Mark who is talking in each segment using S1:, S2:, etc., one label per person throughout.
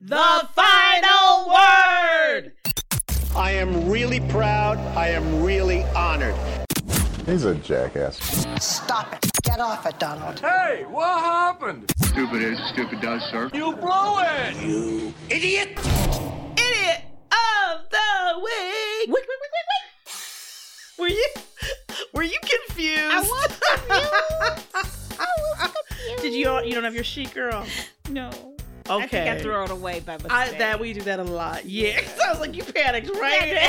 S1: The Final Word.
S2: I am really proud. I am really honored.
S3: He's a jackass.
S4: Stop it. Get off it, Donald.
S5: Hey, what happened?
S6: Stupid is, stupid does, sir.
S5: You blow it!
S7: Idiot of the Week. Wick, wick, wick, wick, wick.
S1: Were you were you confused?
S7: I was confused. I was confused.
S1: Did you you don't have your sheet girl?
S7: No.
S1: Okay.
S7: I think I threw it away by mistake.
S1: I, that we do that a lot. Yeah. So I was like, you panicked, right?
S7: Yeah,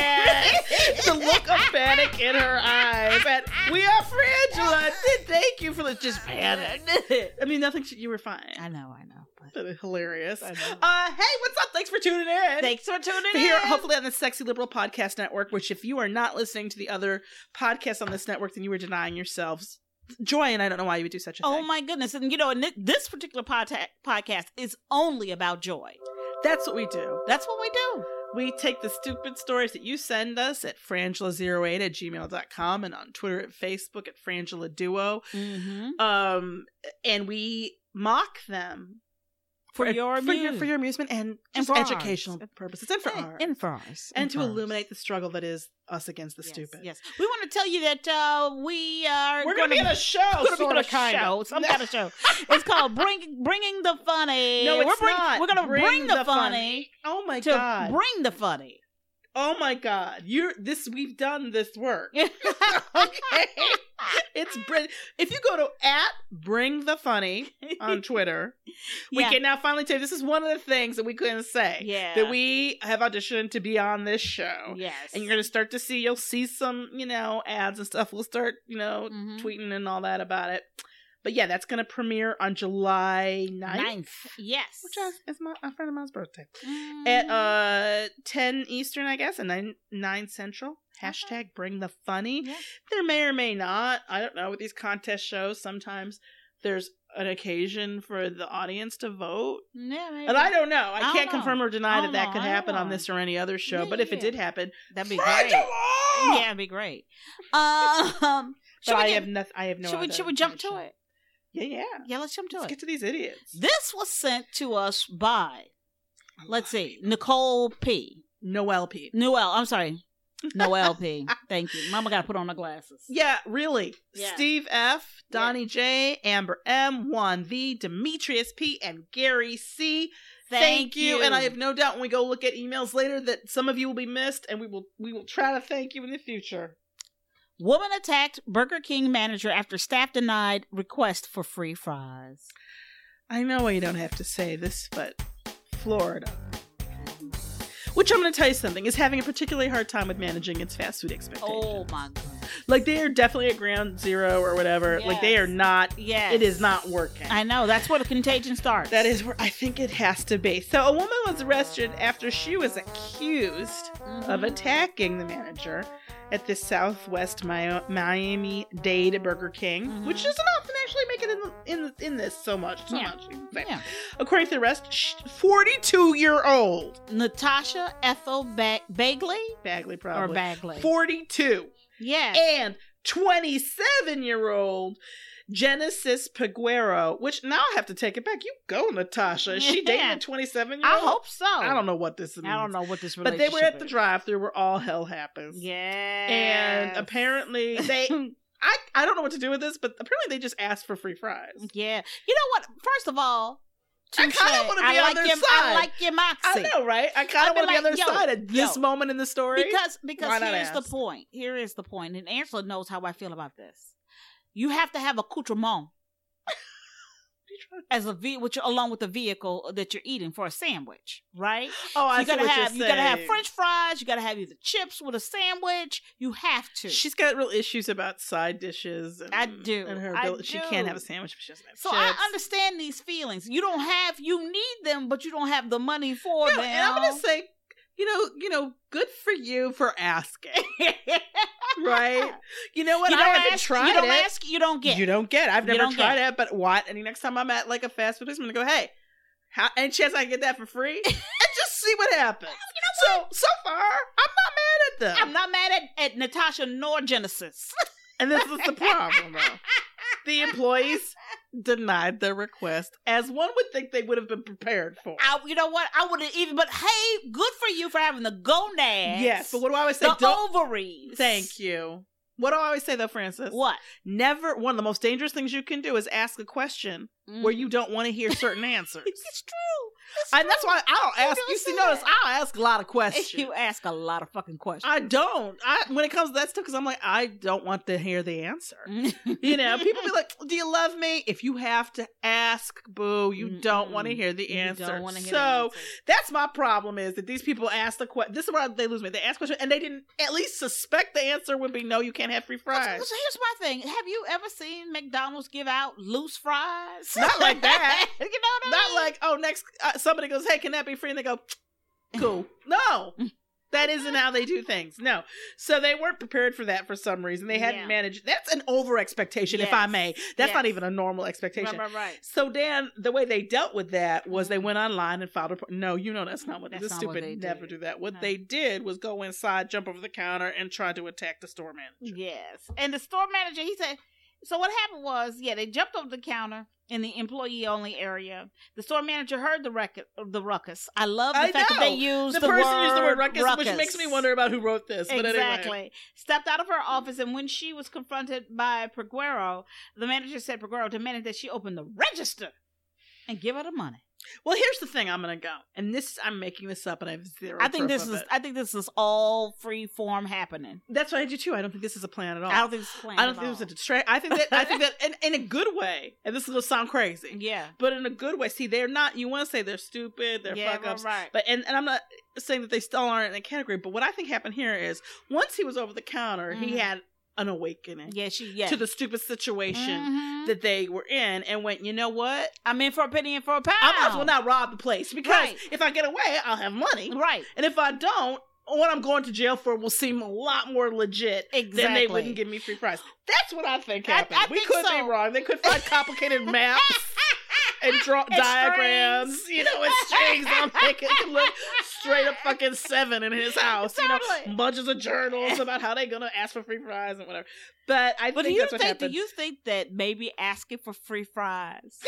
S7: I did.
S1: the look of panic in her eyes. And we are Frangela. Thank you for li- just panic. I mean, nothing. You were fine.
S7: I know, I know. But
S1: That is hilarious. Uh,
S7: I
S1: hey,
S7: know.
S1: what's up? Thanks for tuning in.
S7: thanks for tuning
S1: here,
S7: in.
S1: hopefully on the Sexy Liberal Podcast Network. Which, if you are not listening to the other podcasts on this network, then you are denying yourselves joy. And I don't know why you would do such a
S7: Oh
S1: thing.
S7: my goodness. And you know, and thi- this particular podta- podcast is only about joy.
S1: That's what we do.
S7: That's what we do.
S1: We take the stupid stories that you send us at frangela08 at gmail.com and on Twitter at Facebook at frangela duo.
S7: Mm-hmm.
S1: Um, and we mock them
S7: For your
S1: for your,
S7: amusement.
S1: for your amusement and,
S7: And
S1: just
S7: for ours.
S1: educational purposes and for ours.
S7: And for ours.
S1: and to
S7: for ours.
S1: illuminate the struggle that is us against the
S7: Yes,
S1: stupid.
S7: Yes. We want to tell you that uh, we are
S1: We're going to be in a show,
S7: Gonna be
S1: sort
S7: on a
S1: of, kind
S7: show,
S1: of.
S7: some kind of show. It's called Bring Bringing the Funny.
S1: No, it's
S7: we're bring-
S1: not.
S7: We're gonna bring, the, funny,
S1: Oh my
S7: to
S1: god!
S7: bring the funny.
S1: oh my god! You're this. We've done this work. okay, it's br- if you go to at bring the funny on Twitter, we
S7: Yeah.
S1: can now finally tell you this is one of the things that we couldn't say.
S7: Yeah.
S1: that we have auditioned to be on this show.
S7: Yes.
S1: And you're gonna start to see you'll see some you know ads and stuff. We'll start you know
S7: Mhm.
S1: tweeting and all that about it. But yeah, that's gonna premiere on July 9th,
S7: Ninth. Yes.
S1: which is, is my a friend of mine's birthday
S7: Mm.
S1: at uh 10 eastern i guess and 9 9 central
S7: Uh-huh.
S1: hashtag bring the funny
S7: Yeah.
S1: there may or may not i don't know with these contest shows sometimes there's an occasion for the audience to vote
S7: Yeah, maybe.
S1: and i don't know i,
S7: I don't
S1: can't
S7: know.
S1: confirm or deny
S7: I
S1: that
S7: don't
S1: that
S7: know.
S1: could
S7: I don't
S1: happen on
S7: know.
S1: this or any other show
S7: Yeah,
S1: but if it
S7: yeah.
S1: did happen
S7: That'd be great.
S1: Frangela!
S7: Yeah, it'd be great. Um,
S1: but
S7: should
S1: i
S7: we,
S1: have
S7: get-
S1: nothing i have no
S7: should we
S1: other
S7: should we jump to
S1: information.
S7: it?
S1: yeah yeah
S7: Yeah, let's jump to
S1: let's
S7: it.
S1: get to these idiots
S7: This was sent to us by,
S1: Oh
S7: let's see, Nicole P.
S1: no lp
S7: Noel, I'm sorry, Noel P. Thank you. Mama got to put on her glasses.
S1: Yeah, really.
S7: Yeah.
S1: Steve F, Donnie J, Amber M, Juan V, Demetrius P, and Gary C.
S7: Thank you.
S1: And I have no doubt when we go look at emails later that some of you will be missed, and we will we will try to thank you in the future.
S7: Woman attacked Burger King manager after staff denied request for free fries.
S1: I know why you don't have to say this, but Florida. Which I'm going to tell you something is having a particularly hard time with managing its fast food expectations.
S7: Oh my god!
S1: Like they are definitely at ground zero or whatever. Like they
S7: Yes.
S1: are not.
S7: Yes.
S1: It is not working.
S7: I know that's where the contagion starts.
S1: That is where I think it has to be. So, a woman was arrested after she was accused
S7: Mm-hmm.
S1: of attacking the manager at
S7: Mm-hmm.
S1: the Southwest Mi- Miami Dade Burger King, which does not often actually make it in the, in in this so much, so
S7: Yeah.
S1: much. But
S7: Yeah.
S1: According to the rest, forty-two year old
S7: Natasha Ethel ba- Bagley
S1: Bagley probably
S7: or Bagley.
S1: forty-two
S7: yeah.
S1: and twenty-seven year old Genesis Peguero. Which now I have to take it back. You go, Natasha. Is she
S7: Yeah.
S1: dating twenty-seven year
S7: I
S1: old?
S7: hope so.
S1: I don't know what this means.
S7: I don't know what this
S1: But
S7: relationship
S1: they were at the
S7: is.
S1: drive-through where all hell happens.
S7: Yeah.
S1: And apparently they I, I don't know what to do with this, but apparently they just asked for free fries.
S7: Yeah. You know what? First of all,
S1: I kinda
S7: touche.
S1: wanna be
S7: I
S1: on
S7: like
S1: their
S7: your, I
S1: side.
S7: like your moxie.
S1: I know, right? I kind
S7: I'd
S1: of
S7: be
S1: want to be on their
S7: like, yo,
S1: side at this
S7: yo.
S1: moment in the story.
S7: Because because
S1: Why not
S7: here's the
S1: ask?
S7: point. Here is the point, and Angela knows how I feel about this. You have to have accoutrement as a ve- with your, along with the vehicle that you're eating for a sandwich, right?
S1: oh, I
S7: you
S1: see
S7: gotta
S1: what you're
S7: have you gotta have
S1: saying.
S7: French fries. You gotta have either chips with a sandwich. You have to.
S1: She's got real issues about side dishes. And,
S7: I do.
S1: And her
S7: I
S1: ability, she can't
S7: do.
S1: have a sandwich, but she doesn't have
S7: so
S1: chips.
S7: I understand these feelings. You don't have. You need them, but you don't have the money for
S1: No,
S7: them.
S1: and I'm gonna say, you know, you know, good for you for asking, right? You know what?
S7: you
S1: I
S7: don't
S1: haven't
S7: ask,
S1: tried
S7: You don't
S1: it.
S7: ask. You don't get.
S1: You don't get. it. I've
S7: You
S1: never
S7: don't
S1: tried
S7: get
S1: it, but what? And the next time I'm at like a fast food place, I'm gonna go, hey, how, any chance I can get that for free? and just see what happens. You know So so far, I'm not mad at them.
S7: I'm not mad at, at Natasha nor Genesis.
S1: and this is the problem, though. The employees denied their request, as one would think they would have been prepared for.
S7: I, you know what? I wouldn't even. But hey, good for you for having the gonads.
S1: Yes, but what do I always say?
S7: the
S1: Don't-
S7: ovaries.
S1: Thank you. What do I always say though, Francis?
S7: What?
S1: Never. One of the most dangerous things you can do is ask a question where
S7: Mm-hmm.
S1: you don't want to hear certain answers.
S7: Mm. It's true. It's
S1: and that's
S7: true.
S1: why I don't ask.
S7: don't
S1: you see,
S7: say
S1: notice
S7: that.
S1: I ask a lot of questions.
S7: You ask a lot of fucking questions.
S1: I don't. I when it comes to that stuff, because I'm like, I don't want to hear the answer. You know, people be like, "Do you love me?" If you have to ask, boo, you don't want to
S7: Mm-mm.
S1: hear the
S7: You
S1: answer.
S7: don't wanna hear
S1: so
S7: the answer.
S1: that's my problem is that these people ask the question. This is where they lose me. They ask question and they didn't at least suspect the answer would be no, you can't have free fries.
S7: So here's my thing. Have you ever seen McDonald's give out loose fries?
S1: Not like that.
S7: you know what I
S1: Not
S7: mean?
S1: like, oh, next uh, somebody goes, hey, can that be free? And they go, cool. No,
S7: Mm.
S1: that isn't how they do things. No, so they weren't prepared for that for some reason. They hadn't
S7: Yeah.
S1: managed. That's an over expectation, if I
S7: Yes.
S1: may. That's not
S7: Yes.
S1: even a normal expectation.
S7: Right, right, right.
S1: So Dan, the way they dealt with that was they went online and filed a. pro- No, you know that's not what
S7: Mm-hmm. That's
S1: this
S7: not what
S1: stupid
S7: they
S1: never
S7: did.
S1: do that. What
S7: No.
S1: they did was go inside, jump over the counter, and try to attack the store manager.
S7: Yes. And the store manager, he said, so what happened was, yeah, they jumped over the counter in the employee only area. The store manager heard the record, the ruckus. I love the
S1: I
S7: fact that
S1: know.
S7: they used
S1: the,
S7: the,
S1: person
S7: word
S1: used the word ruckus, which makes me wonder about who wrote this. But
S7: exactly.
S1: anyway,
S7: Stepped out of her office, and when she was confronted by Perguero, the manager said Perguero demanded that she open the register and give her the money.
S1: well, here's the thing. I'm gonna go, and this I'm making this up, and I have zero.
S7: I
S1: proof
S7: think this
S1: of
S7: is.
S1: it.
S7: I think this is all free form happening.
S1: that's what I do too. I don't think this is a plan at all.
S7: I don't think it's planned.
S1: I don't
S7: at
S1: think it was a
S7: all.
S1: distract. I think that I think that in, in a good way, and this is gonna sound crazy,
S7: Yeah.
S1: but in a good way. See, they're not. You want to say they're stupid, they're
S7: yeah,
S1: fuck ups,
S7: right, right.
S1: But and, and I'm not saying that they still aren't in the category, but what I think happened here is once he was over the counter, he
S7: Mhm.
S1: had an awakening
S7: yeah, she. Yeah.
S1: to the stupid situation
S7: Mhm.
S1: that they were in and went, you know what?
S7: I'm in for a penny and for a pound.
S1: I might as well not rob the place because
S7: Right.
S1: if I get away, I'll have money.
S7: Right.
S1: And if I don't, what I'm going to jail for will seem a lot more legit
S7: Exactly.
S1: then they wouldn't give me free fries. That's what I think
S7: I- I
S1: happened. we
S7: think
S1: could
S7: so.
S1: be wrong. They could find complicated maps and draw
S7: And
S1: diagrams,
S7: strings.
S1: you know, and strings. I'm thinking it could look straight up fucking seven in his house. You
S7: Totally.
S1: know, bunches of journals about how they're gonna ask for free fries and whatever. But I
S7: But do
S1: think
S7: you
S1: that's what
S7: think? Do
S1: happened.
S7: you think that maybe asking for free fries?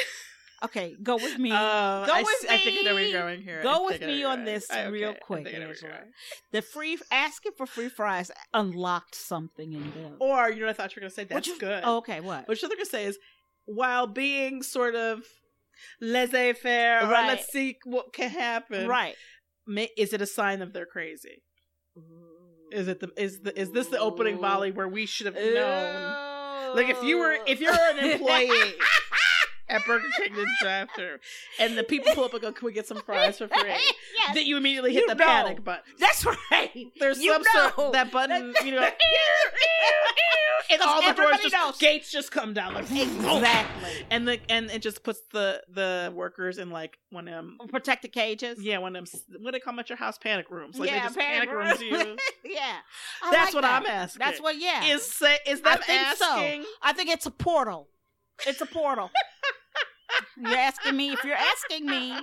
S7: Okay, go with me.
S1: Uh,
S7: Go
S1: I,
S7: with
S1: s- I think I know where
S7: me.
S1: you're going here.
S7: Go
S1: I
S7: with
S1: think I know
S7: me
S1: where
S7: on
S1: you're
S7: this
S1: going. I-
S7: real
S1: okay, I
S7: quick,
S1: think I know where you're
S7: Angela.
S1: going.
S7: the free asking for free fries unlocked something in them.
S1: Or you know, what I thought you were gonna say
S7: What
S1: that's
S7: you-
S1: good.
S7: Oh, okay, what?
S1: What you're gonna say is, while being sort of laissez faire,
S7: Right.
S1: let's see what can happen.
S7: Right.
S1: May, is it a sign of they're crazy? Is it the is the is this the opening volley where we should have known? Like if you were if you're an employee at Burger King in drive through and the people pull up and go, "Can we get some fries for free?"
S7: Yes.
S1: Then you immediately hit
S7: You
S1: the
S7: know.
S1: panic button.
S7: That's right.
S1: There's
S7: You
S1: some
S7: know.
S1: sort that button, you know, and
S7: Because
S1: all the doors
S7: everybody
S1: just
S7: knows.
S1: gates just come down like
S7: Exactly.
S1: and the and it just puts the the workers in like one of them
S7: Protect the cages.
S1: yeah one of them what do they call them at your house panic rooms like
S7: Yeah,
S1: they just
S7: panic
S1: panic, rooms you.
S7: Yeah. I
S1: That's
S7: like
S1: what
S7: that.
S1: I'm asking.
S7: That's what. Yeah.
S1: Is say- is
S7: I
S1: them
S7: think so.
S1: asking?
S7: I think it's a portal. It's a portal. You're asking me if you're asking me,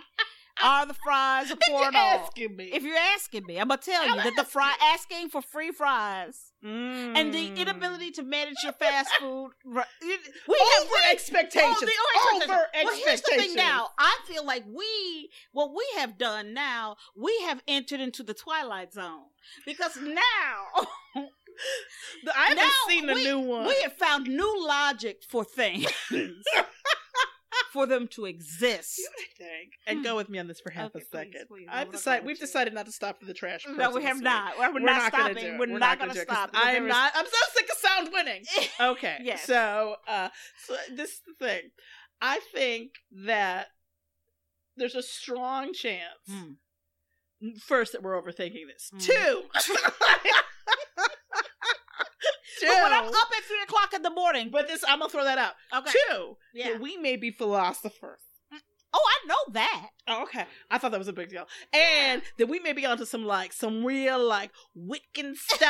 S7: are the fries a pour
S1: You're
S7: at all?
S1: asking me.
S7: If you're asking me, I'm gonna tell you that the fry asking for free fries and the
S1: Mm.
S7: inability to manage your fast food. ri- it- We
S1: over
S7: we-
S1: expectations.
S7: Oh, the over
S1: over
S7: expectations. Well, here's the thing
S1: expectations.
S7: now. I feel like we, what we have done now, we have entered into the twilight zone because now,
S1: The- I haven't
S7: now
S1: seen the
S7: we-
S1: new one.
S7: We have found new logic for things for them to exist.
S1: Dang. And go with me on this for half
S7: Okay,
S1: a
S7: please,
S1: second.
S7: please. I
S1: I've
S7: would
S1: decided
S7: apologize.
S1: we've decided not to stop for the trash.
S7: No,
S1: person
S7: we
S1: this
S7: have
S1: week.
S7: not. We're,
S1: We're
S7: not,
S1: gonna
S7: stopping.
S1: do it.
S7: We're,
S1: gonna
S7: not, going
S1: do
S7: to
S1: it 'cause
S7: stop.
S1: I am
S7: There is-
S1: not. I'm so sick of sound winning. Okay.
S7: Yes.
S1: So, uh, so this is the thing. I think that there's a strong chance.
S7: Hmm.
S1: First, that we're overthinking this.
S7: Hmm.
S1: Two. Two.
S7: But when I'm up at three o'clock in the morning,
S1: But this, I'm gonna throw that out.
S7: okay.
S1: Two.
S7: Yeah.
S1: That we may be philosophers.
S7: Oh, I know that.
S1: Oh, okay. I thought that was a big deal. And that we may be onto some like some real like Wittgenstein,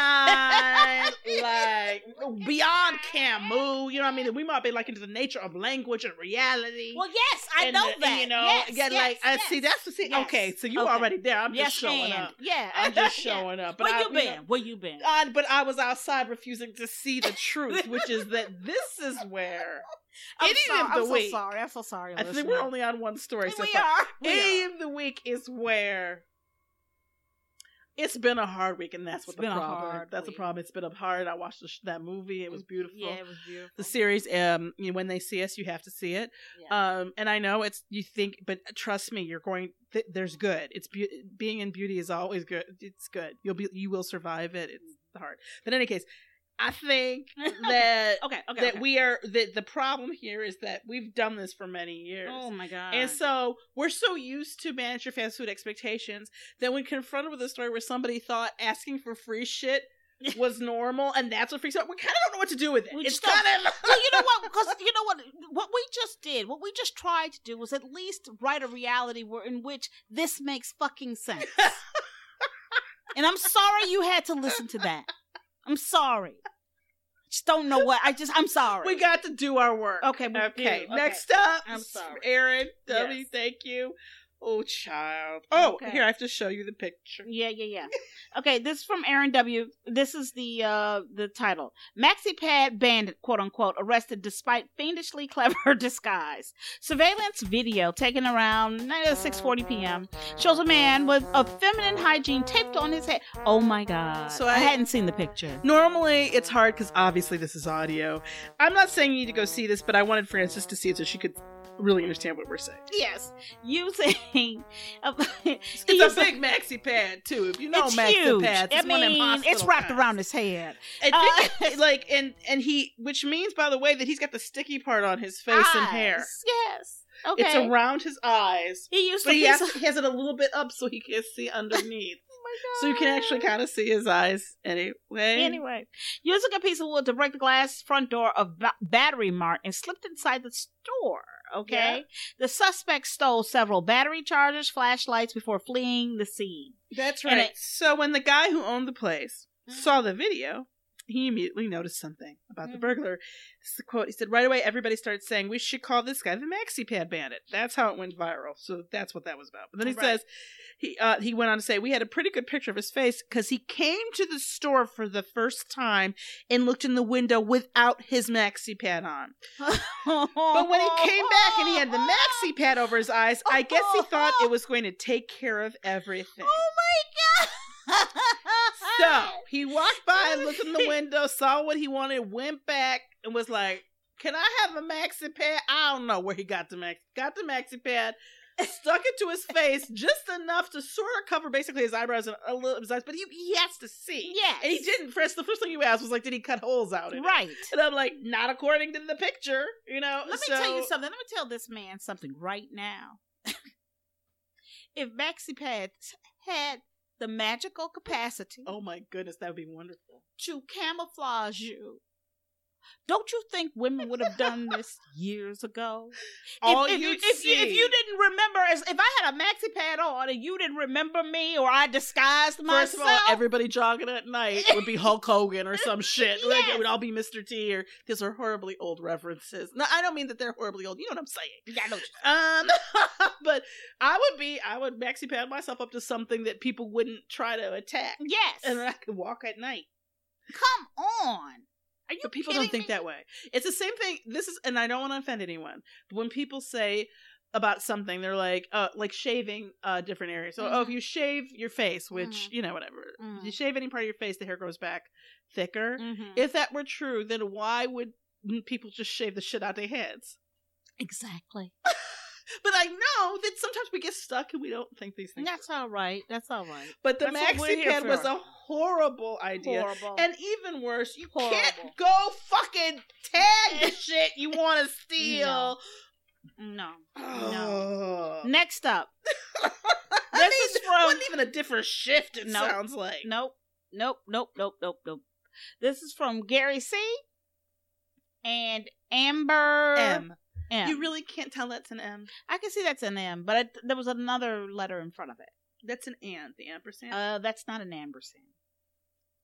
S1: like beyond Camus. You know what I mean? That we might be like into the nature of language and reality.
S7: Well, yes, I
S1: and
S7: know
S1: the-
S7: that.
S1: You know,
S7: yes,
S1: yeah,
S7: yes,
S1: like I
S7: yes.
S1: see. That's the see.
S7: Yes.
S1: Okay, so you were
S7: Okay.
S1: already there. I'm
S7: yes,
S1: just showing
S7: and.
S1: up.
S7: Yeah,
S1: I'm just
S7: Yeah.
S1: showing up. But
S7: Where
S1: I,
S7: you been?
S1: know, Uh,
S7: Where you been?
S1: I- but I was outside refusing to see the truth, which is that this is where
S7: I'm
S1: idiot
S7: sorry.
S1: of the
S7: I'm
S1: week.
S7: so sorry. I'm so sorry.
S1: I think we're only on one story so
S7: we
S1: far.
S7: are. We
S1: Any
S7: are.
S1: of the week is where it's been a hard week, and that's
S7: It's
S1: what the
S7: been a
S1: problem.
S7: hard
S1: That's the
S7: week.
S1: problem. It's been a hard. I watched the sh- that movie. It was beautiful.
S7: Yeah, it was beautiful.
S1: The series, um, you know, when they see us, you have to see it. Um, and I know it's you think, but trust me, you're going. Th- there's good. It's be- being in beauty is always good. It's good. You'll be. You will survive it. It's hard. But in any case, I think that
S7: okay, Oh, okay.
S1: that
S7: okay.
S1: we are that the problem here is that we've done this for many years.
S7: Oh my god.
S1: And so we're so used to manage your fast food expectations that when confronted with a story where somebody thought asking for free shit was normal and that's what freaks out, we kind of don't know what to do with it.
S7: We
S1: it's
S7: just don't-
S1: kind of
S7: well, you know what? Because you know what? What we just did, what we just tried to do, was at least write a reality where in which this makes fucking sense. and I'm sorry you had to listen to that. I'm sorry. Just don't know what. I just. I'm sorry.
S1: we got to do our work.
S7: Okay, we
S1: Okay.
S7: do.
S1: Next up,
S7: I'm sorry.
S1: Aaron W.
S7: Yes.
S1: Thank you. Oh, child. Oh,
S7: Okay.
S1: here I have to show you the picture.
S7: Yeah, yeah, yeah. Okay, this is from Aaron W. This is the uh the title. MaxiPad bandit, quote unquote, arrested despite fiendishly clever disguise. Surveillance video taken around 6:40 p.m. shows a man with a feminine hygiene taped on his head. Oh my god.
S1: So
S7: So I,
S1: I-
S7: hadn't seen the picture.
S1: Normally, it's hard because obviously this is audio. I'm not saying you need to go see this, but I wanted Frances to see it so she could really understand what we're saying.
S7: Yes, using a, it's
S1: It's a big maxi pad too. If you know
S7: it's
S1: maxi
S7: huge.
S1: pads,
S7: I
S1: it's one of them
S7: mean, it's
S1: hospital
S7: wrapped
S1: pads.
S7: around Uh, his head.
S1: I think, like and and he, which means by the way that he's got the sticky part on his face and hair.
S7: Eyes. Yes. Okay.
S1: It's around his eyes,
S7: he used
S1: but
S7: a
S1: he has,
S7: piece of
S1: he has it a little bit up so he can see underneath, so you can actually kind of see his eyes anyway.
S7: Anyway, using a piece of wood to break the glass front door of Ba- Battery Mart and slipped inside the store. Okay, the suspect stole several battery chargers, flashlights before fleeing the scene.
S1: That's
S7: And
S1: right.
S7: it-
S1: so when the guy who owned the place saw the video, he immediately noticed something about the
S7: Mhm.
S1: burglar. This is the quote. He said, right away, everybody started saying, we should call this guy the Maxi Pad Bandit. That's how it went viral. So that's what that was about. But then he
S7: Right.
S1: says, he, uh, he went on to say, we had a pretty good picture of his face because he came to the store for the first time and looked in the window without his Maxi Pad on. But when he came back and he had the maxi pad over his eyes, I guess he thought it was going to take care of everything.
S7: oh my god!
S1: So he walked by, looked in the window, saw what he wanted, went back, and was like, "Can I have a maxi pad?" I don't know where he got the max. Got the maxi pad, stuck it to his face just enough to sort of cover basically his eyebrows and a little of his eyes, but he he has to see.
S7: Yes.
S1: and he didn't. First, the first thing you asked was like, "Did he cut holes out?" In it?"
S7: right.
S1: And I'm like, "Not according to the picture, you know."
S7: Let me
S1: so-
S7: tell you something. Let me tell this man something right now. if Maxi Pads had the magical capacity
S1: Oh my goodness, that would be wonderful.
S7: to camouflage you Don't you think women would have done this years ago?
S1: All
S7: if, if, you,
S1: you'd
S7: if, you, if
S1: see-
S7: you didn't remember, as- if I had a maxi pad on and you didn't remember me or I disguised myself,
S1: First of all, everybody jogging at night would be Hulk Hogan or some shit. Like
S7: Yes.
S1: it would all be Mr. T or these are horribly old references. No, I don't mean that they're horribly old. You know what I'm saying.
S7: Yeah, I know what
S1: Um, but I would be, I would maxi pad myself up to something that people wouldn't try to attack,
S7: you- yes,
S1: and then I could walk at night.
S7: come on. Are you
S1: But people
S7: kidding
S1: don't think
S7: me?
S1: that way. It's the same thing. This is, and I don't want to offend anyone. But when people say about something, they're like, uh, like shaving uh, different areas. So,
S7: Mm-hmm.
S1: oh, if you shave your face, which
S7: Mhm.
S1: you know, whatever,
S7: Mhm.
S1: you shave any part of your face, the hair grows back thicker.
S7: Mhm.
S1: If that were true, then why would people just shave the shit out their heads?
S7: Exactly.
S1: But I know that sometimes we get stuck and we don't think these things.
S7: That's all right. That's all right.
S1: But the
S7: That's what we're
S1: maxi
S7: here
S1: pad was
S7: for.
S1: a horrible idea.
S7: Horrible.
S1: And even worse, you
S7: Horrible.
S1: can't go fucking tag the shit you want to steal.
S7: no, no.
S1: No.
S7: Next up,
S1: I
S7: This
S1: mean,
S7: is
S1: it
S7: from-
S1: wasn't even a different shift. It
S7: Nope.
S1: sounds like
S7: Nope. Nope. Nope. Nope. Nope. Nope. This is from Gary C. And Amber
S1: M.
S7: M.
S1: You really can't tell that's an M.
S7: I can see that's an M, but it, there was another letter in front of it.
S1: That's an and, the ampersand.
S7: Uh, that's not an ampersand.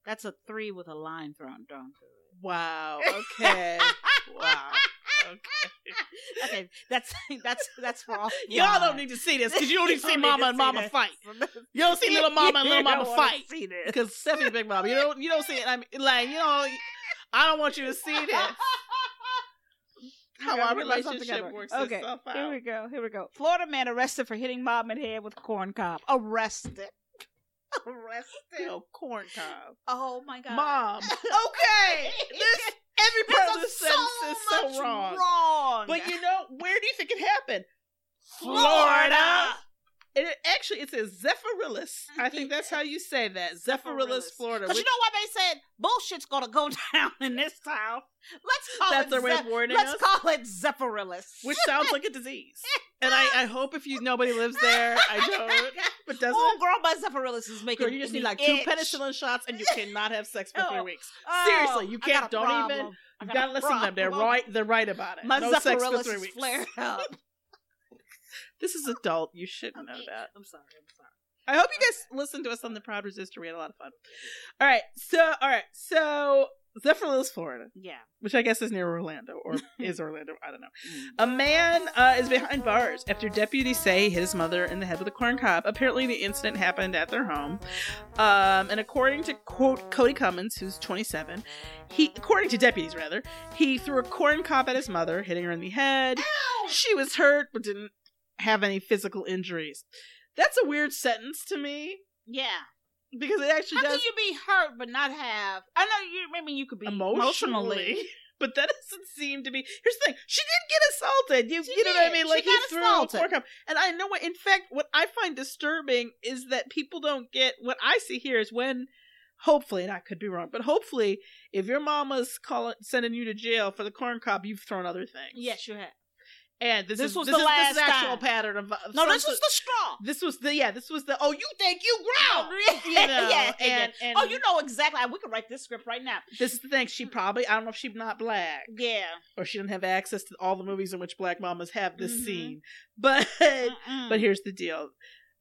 S7: That's a three with a line thrown down through
S1: wow. Okay.
S7: it.
S1: wow. Okay.
S7: okay, that's that's that's for all.
S1: Y'all don't need to see this because you only see mama and mama fight. You don't see little mama and little mama fight because Steffi Big Mama. You don't you don't see it. I mean, like you know, I don't want you to see this. How
S7: Okay,
S1: our
S7: we got something
S1: relationship
S7: together.
S1: works
S7: Okay,
S1: itself out.
S7: Here we go. Here we go. Florida man arrested for hitting mom in head with corn cob. Arrested.
S1: You
S7: Arrested.
S1: know, corn cob.
S7: Oh my god.
S1: Mom.
S7: Okay.
S1: This- Every part of the sentence is so wrong. But you know, where do you think it happened? Florida. And it, actually, it says Zephyrillis. I think that's how you say that. Zephyrillis,
S7: Zephyrillis.
S1: Florida.
S7: Because you
S1: which-
S7: know what they said? Bullshit's gonna go down in this town. Let's call
S1: That's
S7: it
S1: their way of
S7: Ze-
S1: warning
S7: Let's
S1: us?
S7: call it Zephyrillis.
S1: which sounds like a disease. And I, I hope if you nobody lives there, I don't. But doesn't
S7: Oh, girl, my Zephyrillis is making
S1: Girl, you just
S7: me
S1: need like
S7: itch.
S1: two penicillin shots, and you cannot have sex for three
S7: Oh.
S1: weeks.
S7: Oh,
S1: Seriously, you
S7: I got
S1: can't.
S7: a
S1: Don't even.
S7: problem. I
S1: You
S7: got
S1: gotta
S7: a
S1: listen to them. They're
S7: problem.
S1: right. They're right about it.
S7: My
S1: no sex for
S7: Zephyrillis
S1: three
S7: is
S1: weeks.
S7: flared up.
S1: This is adult. You shouldn't know
S7: Okay,
S1: that.
S7: I'm sorry. I'm sorry.
S1: I hope you guys listened to us on the Proud Resistor. We had a lot of fun. All right. So, all right. So, Zephyrhills, Florida,
S7: Yeah.
S1: which I guess is near Orlando or is Orlando. I don't know. A man uh, is behind bars after deputies say he hit his mother in the head with a corn cob. Apparently, the incident happened at their home. Um, and according to quote Cody Cummins, who's 27, he, according to deputies rather, he threw a corn cob at his mother, hitting her in the head. She was hurt but didn't have any physical injuries. That's a weird sentence to me
S7: Yeah.
S1: because it actually
S7: How
S1: does
S7: can you be hurt but not have? I know you. I mean, you could be emotionally.
S1: But that doesn't seem to be. Here's the thing: she didn't get assaulted. You,
S7: She
S1: you know what I
S7: did.
S1: mean?
S7: She
S1: Like he
S7: got
S1: threw
S7: assaulted.
S1: a corn cob. And I know what. In fact, what I find disturbing is that people don't get what I see here is when, hopefully, and I could be wrong, but hopefully, if your mama's calling sending you to jail for the corn cob, you've thrown other things.
S7: Yes, you have.
S1: And this,
S7: This
S1: is,
S7: was
S1: this
S7: the
S1: is,
S7: last
S1: this is actual
S7: time.
S1: pattern of, of
S7: No,
S1: some
S7: this was
S1: sort-
S7: the straw.
S1: This was the yeah. This was the oh you think you ground
S7: Yeah,
S1: you know
S7: yeah, yeah.
S1: and, and
S7: oh, you know exactly. We could write this script right now.
S1: this is the thing she probably I don't know if she's not black
S7: Yeah.
S1: or she didn't have access to all the movies in which black mamas have this
S7: Mhm.
S1: scene. But
S7: Mm-mm.
S1: but here's the deal.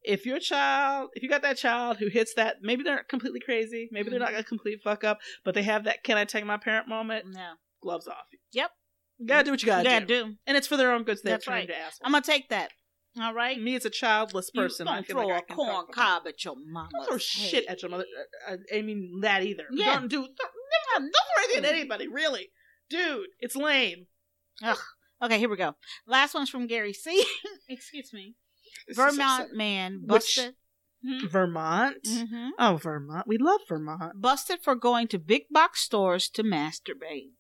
S1: If your child, if you got that child who hits that, maybe they're not completely crazy, maybe they're
S7: Mm-hmm.
S1: not a complete fuck up, but they have that can I take my parent moment,
S7: no.
S1: gloves off.
S7: Mm. Yep.
S1: You gotta do what you gotta
S7: yeah,
S1: do.
S7: do.
S1: And it's for their own good. So they're
S7: That's
S1: trying
S7: right.
S1: to ask.
S7: I'm gonna take that. All right.
S1: Me, it's a childless person.
S7: you
S1: I
S7: don't
S1: feel
S7: throw
S1: like I
S7: a
S1: can
S7: corn
S1: talk about-
S7: cob at your mama.
S1: Don't throw shit at your mother. I, I- I mean that either.
S7: Yeah. Mm-hmm.
S1: Don't do. Don't, never mind. don't throw anything at anybody. Really, dude. It's lame.
S7: Okay, here we go. Last one's from Gary C. Excuse me.
S1: This is
S7: Vermont
S1: upsetting.
S7: man
S1: Which-
S7: busted.
S1: Vermont.
S7: Mhm.
S1: Oh, Vermont. We love Vermont.
S7: Busted for going to big box stores to masturbate.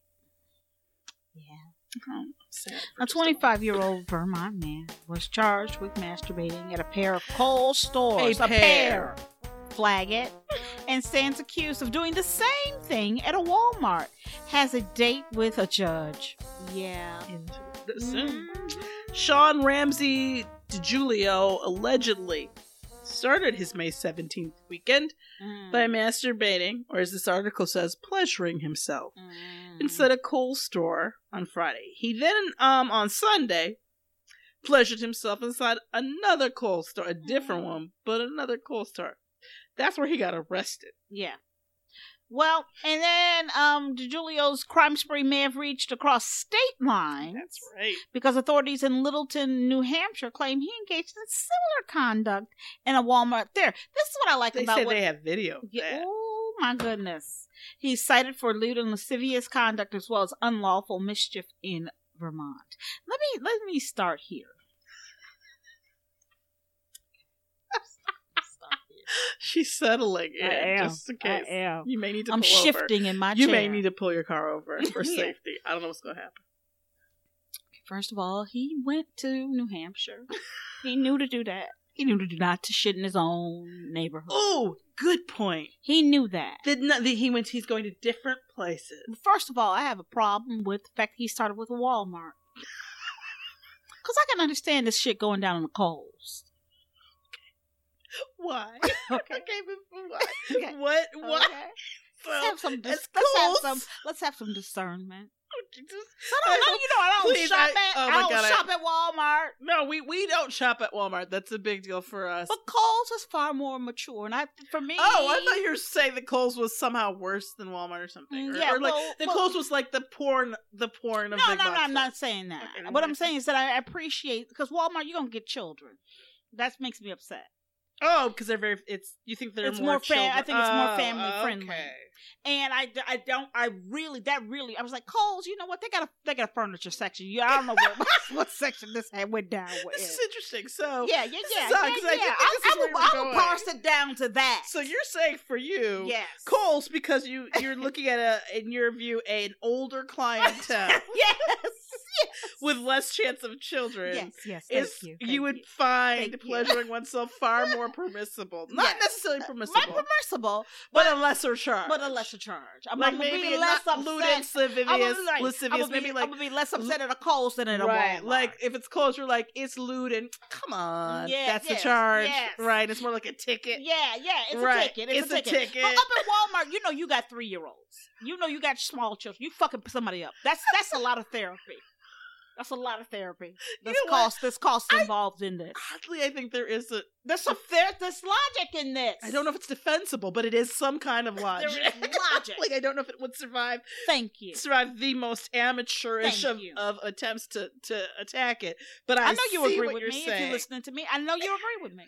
S7: Yeah. A 25 year old Vermont man was charged with masturbating at a pair of Kohl's stores.
S1: A pair.
S7: Flaggett and stands accused of doing the same thing at a Walmart. Has a date with a judge. Yeah.
S1: Mm. Sean Ramsey DiGiulio allegedly started his May 17th weekend
S7: Mm.
S1: by masturbating, or as this article says, pleasuring himself.
S7: Mm-hmm. Mm.
S1: instead of cool store on Friday. He then um on Sunday pleasured himself inside another coal store, a different
S7: Mm.
S1: one, but another coal store. That's where he got arrested.
S7: Yeah. Well, and then um, DiGiulio's crime spree may have reached across state lines
S1: right.
S7: because authorities in Littleton, New Hampshire, claim he engaged in similar conduct in a Walmart there. This is what I like
S1: They
S7: about
S1: said
S7: what
S1: they have video. of
S7: Yeah,
S1: that.
S7: oh my goodness. He's cited for lewd and lascivious conduct as well as unlawful mischief in Vermont. Let me let me start here.
S1: She's settling
S7: I
S1: in
S7: am.
S1: just in case.
S7: I am.
S1: You may need to
S7: I'm
S1: pull over.
S7: shifting in my
S1: You
S7: chair.
S1: may need to pull your car over for
S7: Yeah.
S1: safety. I don't know what's gonna happen.
S7: First of all, he went to New Hampshire. he knew to do that. He knew to do not to shit in his own neighborhood.
S1: Oh, good point.
S7: He knew that.
S1: Did not that he went he's going to different places.
S7: First of all, I have a problem with the fact he started with Walmart. Cause I can understand this shit going down in the coals.
S1: Why?
S7: Okay.
S1: okay, but why?
S7: Okay.
S1: What what
S7: Okay. Let's have some. Dis-
S1: it's
S7: let's have
S1: cool.
S7: some. Let's have some discernment.
S1: So
S7: I don't know. You know, I don't
S1: Please,
S7: shop
S1: I-
S7: at.
S1: oh
S7: I
S1: my
S7: don't
S1: God, I-
S7: shop at Walmart.
S1: No, we, we don't shop at Walmart. That's a big deal for us.
S7: But Kohl's is far more mature, and I for me.
S1: Oh, I thought you were saying the Kohl's was somehow worse than Walmart or something. Or,
S7: mm, Yeah,
S1: or like
S7: well-
S1: the
S7: well-
S1: Kohl's was like the porn, the porn of
S7: No,
S1: big
S7: no, no,
S1: box
S7: I'm not
S1: stores.
S7: saying that.
S1: Okay,
S7: what
S1: okay.
S7: I'm saying is that I appreciate because Walmart, you're gonna get children. That makes me upset.
S1: Oh, because they're very. It's you think they're
S7: It's
S1: more,
S7: more fam- I
S1: children-
S7: think it's more
S1: Oh,
S7: family friendly.
S1: okay.
S7: And I, d- I don't, I really, that really, I was like, Kohl's, you know what? They got a, they got a furniture section. Yeah, I don't know what, what section this had went down with.
S1: This is interesting. So
S7: Yeah, yeah, yeah,
S1: this
S7: yeah, yeah.
S1: sucks. I think this
S7: I,
S1: is
S7: I,
S1: where
S7: will,
S1: we're
S7: I will
S1: going.
S7: parse it down to that.
S1: So you're saying for you,
S7: yes,
S1: Kohl's because you you're looking at a in your view an older clientele
S7: yes,
S1: with less chance of children.
S7: yes, yes. Thank
S1: Is
S7: you.
S1: you,
S7: Thank
S1: would find
S7: Thank you.
S1: pleasuring oneself far more permissible, not
S7: Yes. Uh,
S1: necessarily permissible,
S7: Not permissible,
S1: but a lesser charge.
S7: but a lesser charge. I'm
S1: like
S7: I'm gonna
S1: maybe
S7: be less
S1: not
S7: upset.
S1: lewd and lascivious,
S7: I'm gonna be like-
S1: lascivious,
S7: I'm gonna
S1: maybe
S7: be,
S1: like
S7: I'm gonna be less upset at a Kohl's than at a
S1: right,
S7: Walmart.
S1: like if it's closed, you're like it's lewd and come on,
S7: Yeah,
S1: that's
S7: yes,
S1: the charge,
S7: yes.
S1: right? It's more like a ticket.
S7: yeah, yeah, it's a
S1: Right.
S7: ticket. It's, a, ticket. But
S1: ticket.
S7: up at Walmart, you know you got three year olds. You know you got small children. You fucking somebody up. That's that's a lot of therapy. That's a lot of therapy. This
S1: know what?
S7: cost, this cost
S1: I-
S7: involved in this.
S1: Oddly, I think there is a.
S7: There's some fair, there's logic in this.
S1: I don't know if it's defensible, but it is some kind of logic.
S7: is logic.
S1: like I don't know if it would survive
S7: Thank you.
S1: survive the most amateurish
S7: Thank
S1: of,
S7: you.
S1: of attempts to, to attack it. But I,
S7: I, know you
S1: see
S7: agree
S1: what
S7: with
S1: you're
S7: me if
S1: saying.
S7: you're listening to me. I know you agree with me.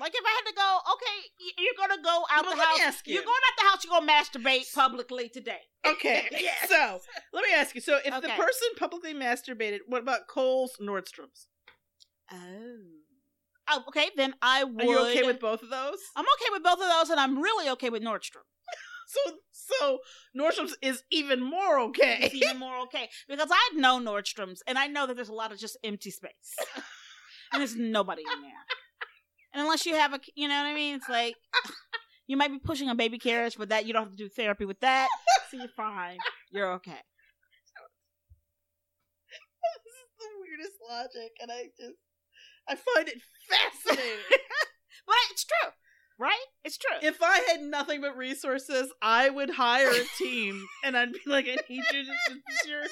S7: Like if I had to go, okay, y- you're gonna go out
S1: Well,
S7: the
S1: let me
S7: house.
S1: ask you.
S7: are going out the house. You're gonna masturbate publicly today.
S1: Okay,
S7: Yes.
S1: so let me ask you. So if the
S7: Okay.
S1: person publicly masturbated, what about Cole's Nordstrom's?
S7: Oh. okay, then I would.
S1: Are you okay with both of those?
S7: I'm okay with both of those, and I'm really okay with Nordstrom.
S1: So so Nordstrom's is even more okay.
S7: It's even more okay because I know Nordstrom's, and I know that there's a lot of just empty space, and there's nobody in there. And unless you have a, you know what I mean, it's like you might be pushing a baby carriage, but that you don't have to do therapy with that, so you're fine. You're okay.
S1: this is the weirdest logic, and I just I find it fascinating.
S7: But it's true, right? It's true.
S1: if I had nothing but resources, I would hire a team, and I'd be like, I need you to this is your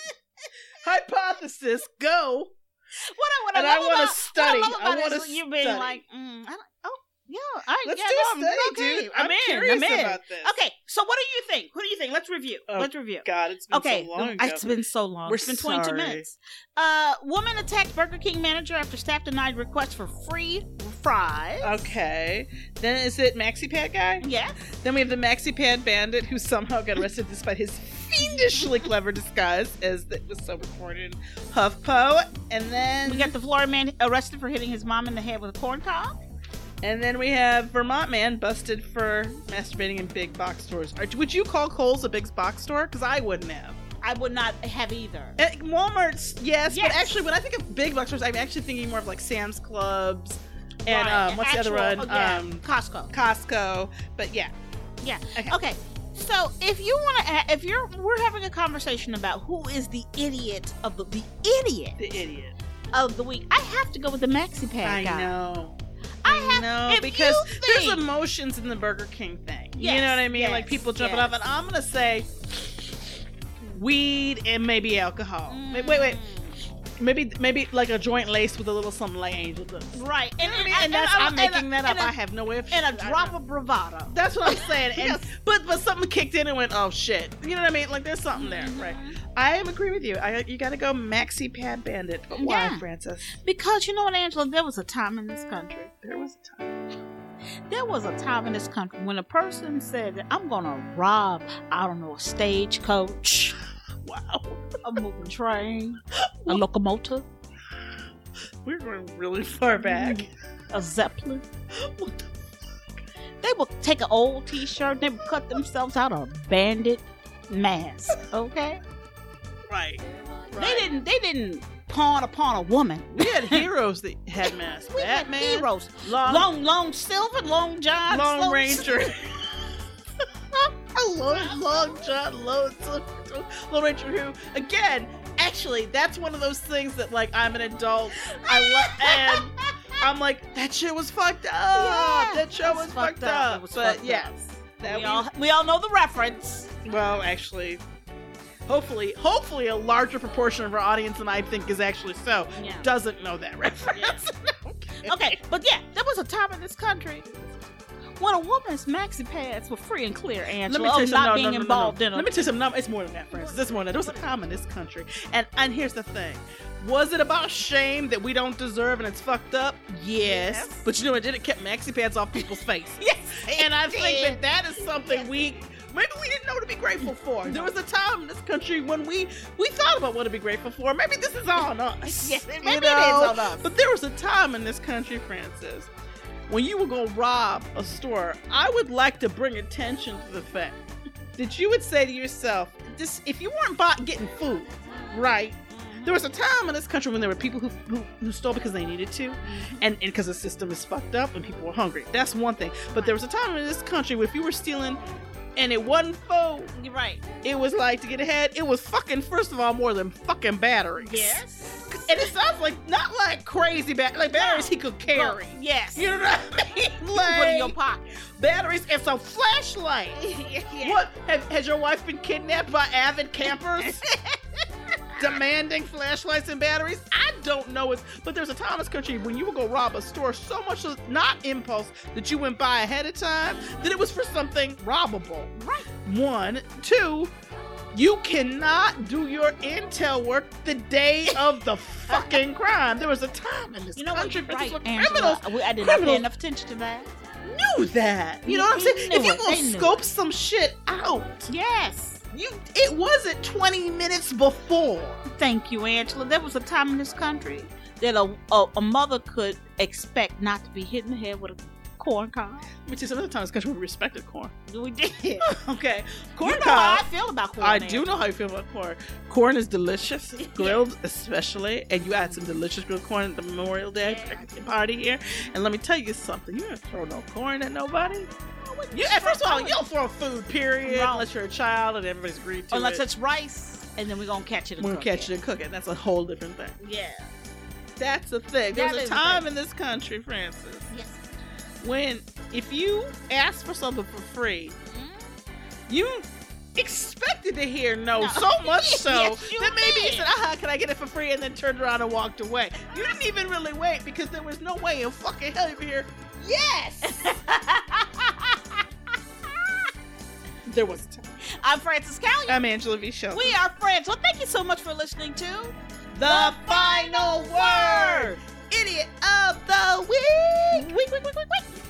S1: hypothesis. Go.
S7: what I, what I
S1: and I
S7: love
S1: wanna
S7: about-
S1: study.
S7: What I love
S1: I
S7: about it is
S1: wanna
S7: you being
S1: study.
S7: like, mm, I don't, oh yeah, I
S1: Let's
S7: yeah,
S1: do
S7: no,
S1: a
S7: I'm
S1: study,
S7: okay.
S1: dude. I'm,
S7: in,
S1: curious
S7: I'm in.
S1: about this.
S7: Okay, so what do you think? What do you think? Let's review.
S1: Oh,
S7: Let's review.
S1: God, it's been
S7: Okay,
S1: so long ago.
S7: it's been so long.
S1: We're
S7: it's been 22
S1: sorry.
S7: minutes. Uh, woman attacked Burger King manager after staff denied request for free fries.
S1: Okay. Then is it MaxiPad guy?
S7: yeah,
S1: Then we have the MaxiPad bandit who somehow got arrested despite his fiendishly clever disguise as it was so recorded in HuffPo. And then
S7: we got the Florida man arrested for hitting his mom in the head with a corn cob.
S1: and then we have Vermont man busted for masturbating in big box stores. Are- Would you call Kohl's a big box store? Because I wouldn't have.
S7: I would not have either.
S1: At Walmart's, yes,
S7: Yes.
S1: but actually, when I think of big box stores, I'm actually thinking more of like Sam's Clubs and
S7: Right,
S1: um, what's the other
S7: actual-
S1: one?
S7: oh, yeah,
S1: Um,
S7: Costco.
S1: Costco. But yeah,
S7: Yeah.
S1: Okay.
S7: Okay. So if you want to, if you're, we're having a conversation about who is the idiot of the the idiot
S1: the idiot.
S7: of the week. I have to go with the maxi pad
S1: I
S7: guy.
S1: know.
S7: I have-
S1: know
S7: if
S1: because
S7: you
S1: there's
S7: think-
S1: emotions in the Burger King thing.
S7: Yes,
S1: you know what I mean? like
S7: yes,
S1: people jumping
S7: yes.
S1: off, and I'm gonna say weed and maybe alcohol. Wait, wait, wait.
S7: Mm.
S1: Maybe, maybe like a joint lace with a little something like Angel does.
S7: Right. And,
S1: I mean, and that's I'm
S7: and a-
S1: making that up.
S7: and a-
S1: I have no way of
S7: And
S1: shit.
S7: a
S1: I
S7: drop
S1: know.
S7: of bravado.
S1: That's what I'm saying. And,
S7: Yes.
S1: But but something kicked in and went, oh shit. You know what I mean? Like there's something there,
S7: Mm-hmm.
S1: right? I am agree with you. I you gotta go maxi pad bandit. But why,
S7: Yeah.
S1: Francis?
S7: Because you know what, Angela, there was a time in this country.
S1: There was a time.
S7: There was a time in this country when a person said that I'm gonna rob, I don't know, a stagecoach,
S1: Wow,
S7: a moving train, a locomotive,
S1: we're going really far back.
S7: a zeppelin. They would take an old T-shirt and they would cut themselves out a bandit mask. Okay,
S1: Right.
S7: they didn't. They didn't pawn upon a woman.
S1: We had heroes that had masks.
S7: We had
S1: Batman,
S7: heroes.
S1: Long, long,
S7: Long, long silver, long john,
S1: long
S7: Silver-
S1: Ranger. long, long John, long, long Ranger. Who again? Actually, that's one of those things that like I'm an adult. I love and. I'm like, that shit was fucked up.
S7: Yeah,
S1: Ah, that show
S7: it's
S1: was fucked, up.
S7: It was
S1: but
S7: fucked up.
S1: yes, that
S7: we all we all know the reference.
S1: well, actually, hopefully, hopefully, a larger proportion of our audience than I think is actually so
S7: Yeah.
S1: doesn't know that reference.
S7: Okay, but yeah, there was a time in this country when a woman's maxi pads were free and clear,
S1: Let
S7: Angela,
S1: me tell you
S7: of
S1: something. No, no,
S7: not being
S1: no, no, no.
S7: involved in
S1: Let me tell you something. No, it's more than that, Francis. It's more than that. There was a time in this country, and and here's the thing: was it about shame that we don't deserve and it's fucked up? Yes.
S7: Yes.
S1: But you know what? Did it kept maxi pads off people's faces?
S7: Yes,
S1: And I
S7: it
S1: think
S7: did.
S1: that that is something we maybe we didn't know to be grateful for. There was a time in this country when we we thought about what to be grateful for. Maybe this is all on us.
S7: Yes, maybe
S1: You
S7: it is
S1: know?
S7: on us.
S1: But there was a time in this country, Francis, when you were gonna rob a store. I would like to bring attention to the fact that you would say to yourself, "This if you weren't bought getting food, right?" There was a time in this country when there were people who, who, who stole because they needed to,
S7: Mm-hmm.
S1: and because the system is fucked up and people were hungry. That's one thing. But there was a time in this country where if you were stealing and it wasn't food,
S7: You're right.
S1: it was like to get ahead. It was fucking first of all more than fucking batteries.
S7: Yes.
S1: And it sounds like not like crazy bat like batteries he could carry.
S7: But- Yes.
S1: You know what I mean?
S7: Put it in your
S1: Like
S7: pocket.
S1: batteries and some flashlight. What have, has your wife been kidnapped by avid campers? demanding flashlights and batteries? I don't know. It's, but there's a time in this country when you would go rob a store so much as not impulse that you went by ahead of time that it was for something robbable. Right. One, two. You cannot do your intel work the day of the fucking crime. There was a time in this
S7: You know what?
S1: country
S7: You're
S1: for
S7: right,
S1: this one.
S7: Angela.
S1: criminals
S7: We- I did not pay
S1: criminals-
S7: enough attention to that.
S1: knew that. You know what I'm saying?
S7: They
S1: If
S7: knew
S1: you
S7: it. They
S1: gonna
S7: knew
S1: scope some shit out,
S7: Yes.
S1: you it wasn't 20 minutes before.
S7: Thank you, Angela. There was a time in this country that a, a, a mother could expect not to be hit in the head with a corn cob.
S1: Which is another time in this country we respected corn.
S7: We did.
S1: Okay, corn
S7: you know how
S1: cob.
S7: I feel about corn.
S1: I do know how you feel about corn. Corn is delicious, grilled especially, and you had some delicious grilled corn at the Memorial Day party here. And let me tell you something: you don't throw no corn at nobody. You, and first of all, you don't throw food, period,
S7: Wrong.
S1: unless you're a child and everybody's agreed to
S7: Unless
S1: it.
S7: it's rice, and then we're gonna catch it. and
S1: We're
S7: cook
S1: gonna catch it and cook it. That's a whole different thing.
S7: Yeah.
S1: That's the thing.
S7: That
S1: There's a
S7: is the
S1: time
S7: thing.
S1: in this country, Francis,
S7: Yes.
S1: when if you asked for something for free,
S7: Mm-hmm.
S1: you expected to hear no,
S7: No.
S1: so much so
S7: Yes, you
S1: that maybe
S7: did.
S1: you said, "Aha, can I get it for free?" and then turned around and walked away. You didn't even really wait because there was no way in fucking hell you could hear yes. there was a time.
S7: I'm Francis Callion.
S1: I'm Angela V. Show.
S7: We are friends. Well, thank you so much for listening to
S1: the final word, idiot of the week.
S7: Week, Week, Week, Week, Week.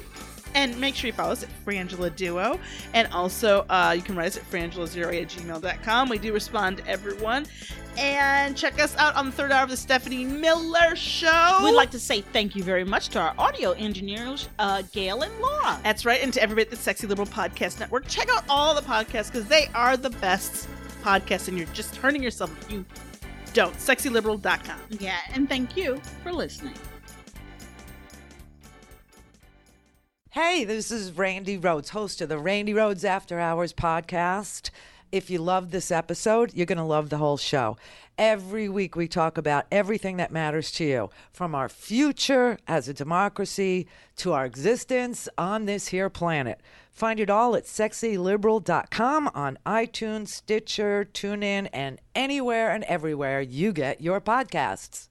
S1: And make sure you follow us at Frangela Duo. And also, uh, you can write us at frangela08 at gmail.com. We do respond to everyone. And check us out on the third hour of the Stephanie Miller Show.
S7: We'd like to say thank you very much to our audio engineers, uh, Gail and Laura.
S1: That's right. And to everybody at the Sexy Liberal Podcast Network, check out all the podcasts because they are the best podcasts. And you're just hurting yourself if you don't. SexyLiberal.com.
S7: Yeah, and thank you for listening.
S8: Hey, this is Randy Rhodes, host of the Randy Rhodes After Hours podcast.
S9: If you love this episode, you're going to love the whole show. Every week, we talk about everything that matters to you from our future as a democracy to our existence on this here planet. Find it all at sexyliberal.com on iTunes, Stitcher, TuneIn, and anywhere and everywhere you get your podcasts.